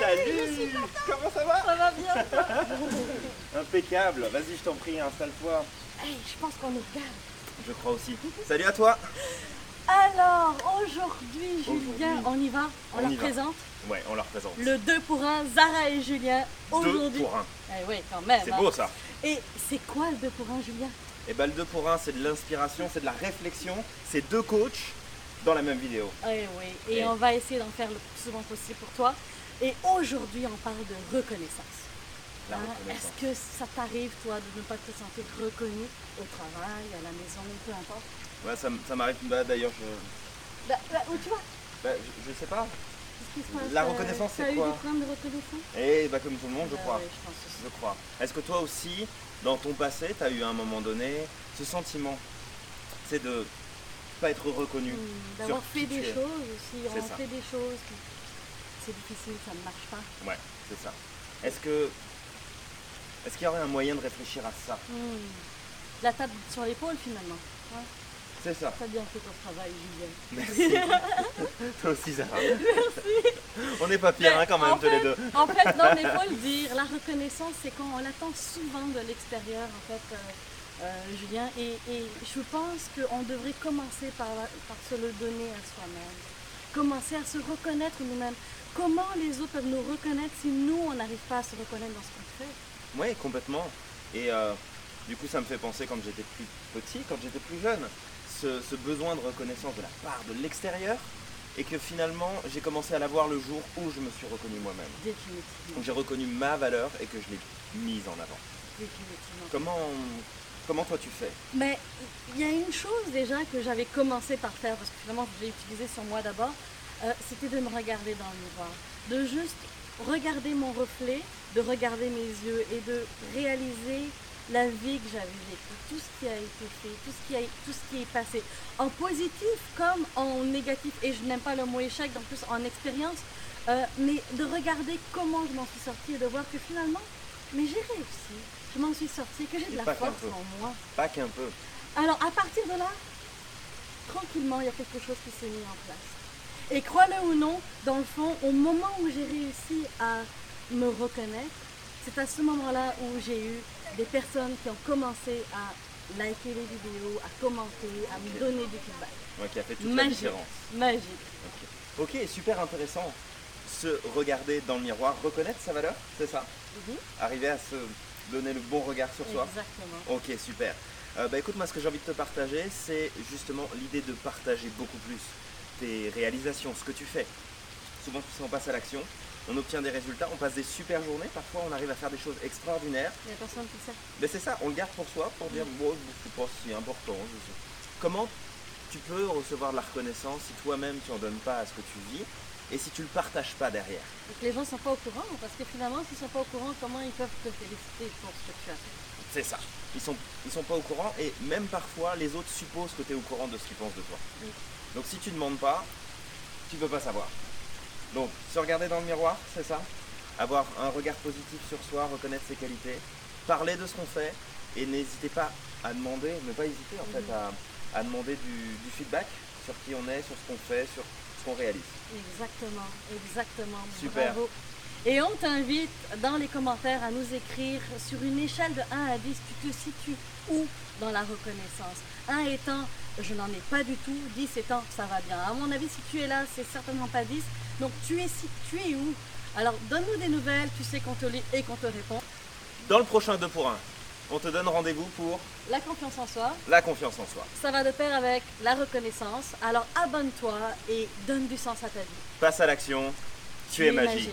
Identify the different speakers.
Speaker 1: Salut Comment ça va
Speaker 2: Ça va bien
Speaker 1: Impeccable Vas-y, je t'en prie, installe-toi.
Speaker 2: Hey, Je pense qu'on est calme.
Speaker 1: Je crois aussi. Salut à toi
Speaker 2: Alors, aujourd'hui, Julien, on y va On,
Speaker 1: On y
Speaker 2: leur
Speaker 1: va.
Speaker 2: présente
Speaker 1: Ouais, on la représente.
Speaker 2: le 2 pour 1, Zara et Julien,
Speaker 1: Deux
Speaker 2: aujourd'hui.
Speaker 1: pour un.
Speaker 2: Eh oui, quand même.
Speaker 1: C'est
Speaker 2: hein.
Speaker 1: beau ça
Speaker 2: Et c'est quoi le 2 pour 1, Julien
Speaker 1: Et bah le 2 pour 1, c'est de l'inspiration, c'est de la réflexion, c'est deux coachs dans la même vidéo.
Speaker 2: Eh oui, et
Speaker 1: Eh.
Speaker 2: on va essayer d'en faire le plus souvent possible pour toi. Et aujourd'hui, on parle de reconnaissance.
Speaker 1: La
Speaker 2: Hein,
Speaker 1: reconnaissance.
Speaker 2: Est-ce que ça t'arrive, toi, de ne pas te sentir reconnu au travail, à la maison, peu importe
Speaker 1: Ouais, ça, m- ça m'arrive. Bah, d'ailleurs, je,
Speaker 2: bah, bah, oh, Tu vois,
Speaker 1: bah, je, je sais pas.
Speaker 2: qu'est-ce qui se passe
Speaker 1: La
Speaker 2: Euh,
Speaker 1: reconnaissance, c'est
Speaker 2: t'as eu
Speaker 1: quoi
Speaker 2: des problèmes de reconnaissance
Speaker 1: Et bah, comme tout le monde, je
Speaker 2: Bah
Speaker 1: crois.
Speaker 2: ouais, je pense aussi.
Speaker 1: Je crois. Est-ce que toi aussi, dans ton passé, t'as eu à un moment donné ce sentiment C'est de pas être reconnu.
Speaker 2: Hmm, D'avoir
Speaker 1: sur
Speaker 2: fait
Speaker 1: qui
Speaker 2: des
Speaker 1: tu es.
Speaker 2: choses aussi,
Speaker 1: C'est
Speaker 2: on
Speaker 1: ça.
Speaker 2: fait des choses, qui- c'est difficile, ça ne marche pas.
Speaker 1: Ouais, c'est ça. Est-ce que. Est-ce qu'il y aurait un moyen de réfléchir à ça
Speaker 2: Hmm. La table sur l'épaule finalement.
Speaker 1: C'est ça.
Speaker 2: T'as bien fait ton travail, Julien.
Speaker 1: Merci. toi aussi, Zara. Merci. On n'est pas pire hein, quand même,
Speaker 2: En
Speaker 1: tous les
Speaker 2: fait-
Speaker 1: deux.
Speaker 2: En fait, non, mais faut le dire, la reconnaissance, c'est quand on l'attend souvent de l'extérieur, en fait, euh, euh, Julien. Et, et je pense qu'on devrait commencer par, par se le donner à soi-même. Commencer à se reconnaître nous-mêmes. Comment les autres peuvent nous reconnaître si nous, on n'arrive pas à se reconnaître dans ce qu'on fait
Speaker 1: Oui, complètement. Et euh, du coup, ça me fait penser quand j'étais plus petit, quand j'étais plus jeune, ce, ce besoin de reconnaissance de la part de l'extérieur, et que finalement, j'ai commencé à l'avoir le jour où je me suis reconnu moi-même.
Speaker 2: Définitivement.
Speaker 1: Donc j'ai reconnu ma valeur et que je l'ai mise en avant.
Speaker 2: Définitivement.
Speaker 1: Comment, comment toi tu fais
Speaker 2: Mais il y a une chose déjà que j'avais commencé par faire, parce que finalement je l'ai utilisé sur moi d'abord, euh, c'était de me regarder dans le miroir. De juste regarder mon reflet, de regarder mes yeux et de réaliser la vie que j'avais vécue, tout ce qui a été fait, tout ce qui, a, tout ce qui est passé, en positif comme en négatif, et je n'aime pas le mot échec, donc plus en expérience, euh, mais de regarder comment je m'en suis sortie et de voir que finalement, mais j'ai réussi, je m'en suis sortie, que j'ai
Speaker 1: Et
Speaker 2: de la
Speaker 1: pas qu'un
Speaker 2: force
Speaker 1: peu.
Speaker 2: en moi.
Speaker 1: Pas qu'un peu.
Speaker 2: Alors à partir de là, tranquillement, il y a quelque chose qui s'est mis en place. Et crois-le ou non, dans le fond, au moment où j'ai réussi à me reconnaître, c'est à ce moment-là où j'ai eu des personnes qui ont commencé à liker les vidéos, à commenter, à me
Speaker 1: Ok.
Speaker 2: donner du feedback.
Speaker 1: Moi qui a fait toute la
Speaker 2: Magique.
Speaker 1: différence.
Speaker 2: Magique.
Speaker 1: Ok, super intéressant. Se regarder dans le miroir, reconnaître sa valeur, c'est ça Arriver à se donner le bon regard sur soi.
Speaker 2: Exactement.
Speaker 1: Ok, super. Euh, bah écoute, moi ce que j'ai envie de te partager, c'est justement l'idée de partager beaucoup plus tes réalisations, ce que tu fais. Souvent, si on passe à l'action, on obtient des résultats, on passe des super journées, parfois on arrive à faire des choses extraordinaires.
Speaker 2: Il y a personne qui sait.
Speaker 1: Mais c'est ça, on le garde pour soi, pour dire, bon, c'est pas si important. je sais. Comment tu peux recevoir de la reconnaissance si toi-même tu en donnes pas à ce que tu vis et si tu le partages pas derrière
Speaker 2: Donc les gens ne sont pas au courant, parce que finalement, s'ils ne sont pas au courant, comment ils peuvent te féliciter pour ce que tu as fait
Speaker 1: C'est ça. Ils sont, ils sont pas au courant et même parfois les autres supposent que tu es au courant de ce qu'ils pensent de toi.
Speaker 2: Oui.
Speaker 1: Donc si tu demandes pas, tu peux pas savoir. Donc se regarder dans le miroir, c'est ça. Avoir un regard positif sur soi, reconnaître ses qualités, parler de ce qu'on fait et n'hésitez pas à demander, ne pas hésiter en fait à, à demander du, du feedback sur qui on est, sur ce qu'on fait, sur ce qu'on réalise.
Speaker 2: Exactement, exactement.
Speaker 1: Super.
Speaker 2: Bravo. Et on t'invite dans les commentaires à nous écrire sur une échelle de 1 à 10, tu te situes où dans la reconnaissance 1 étant je n'en ai pas du tout, 10 étant ça va bien. À mon avis, si tu es là, c'est certainement pas 10. Donc tu es situé où Alors donne-nous des nouvelles, tu sais qu'on te lit et qu'on te répond.
Speaker 1: Dans le prochain 2 pour 1, on te donne rendez-vous pour
Speaker 2: La confiance en soi,
Speaker 1: la confiance en soi.
Speaker 2: ça va de pair avec la reconnaissance. Alors abonne-toi et donne du sens à ta vie.
Speaker 1: Passe à l'action, tu es magique.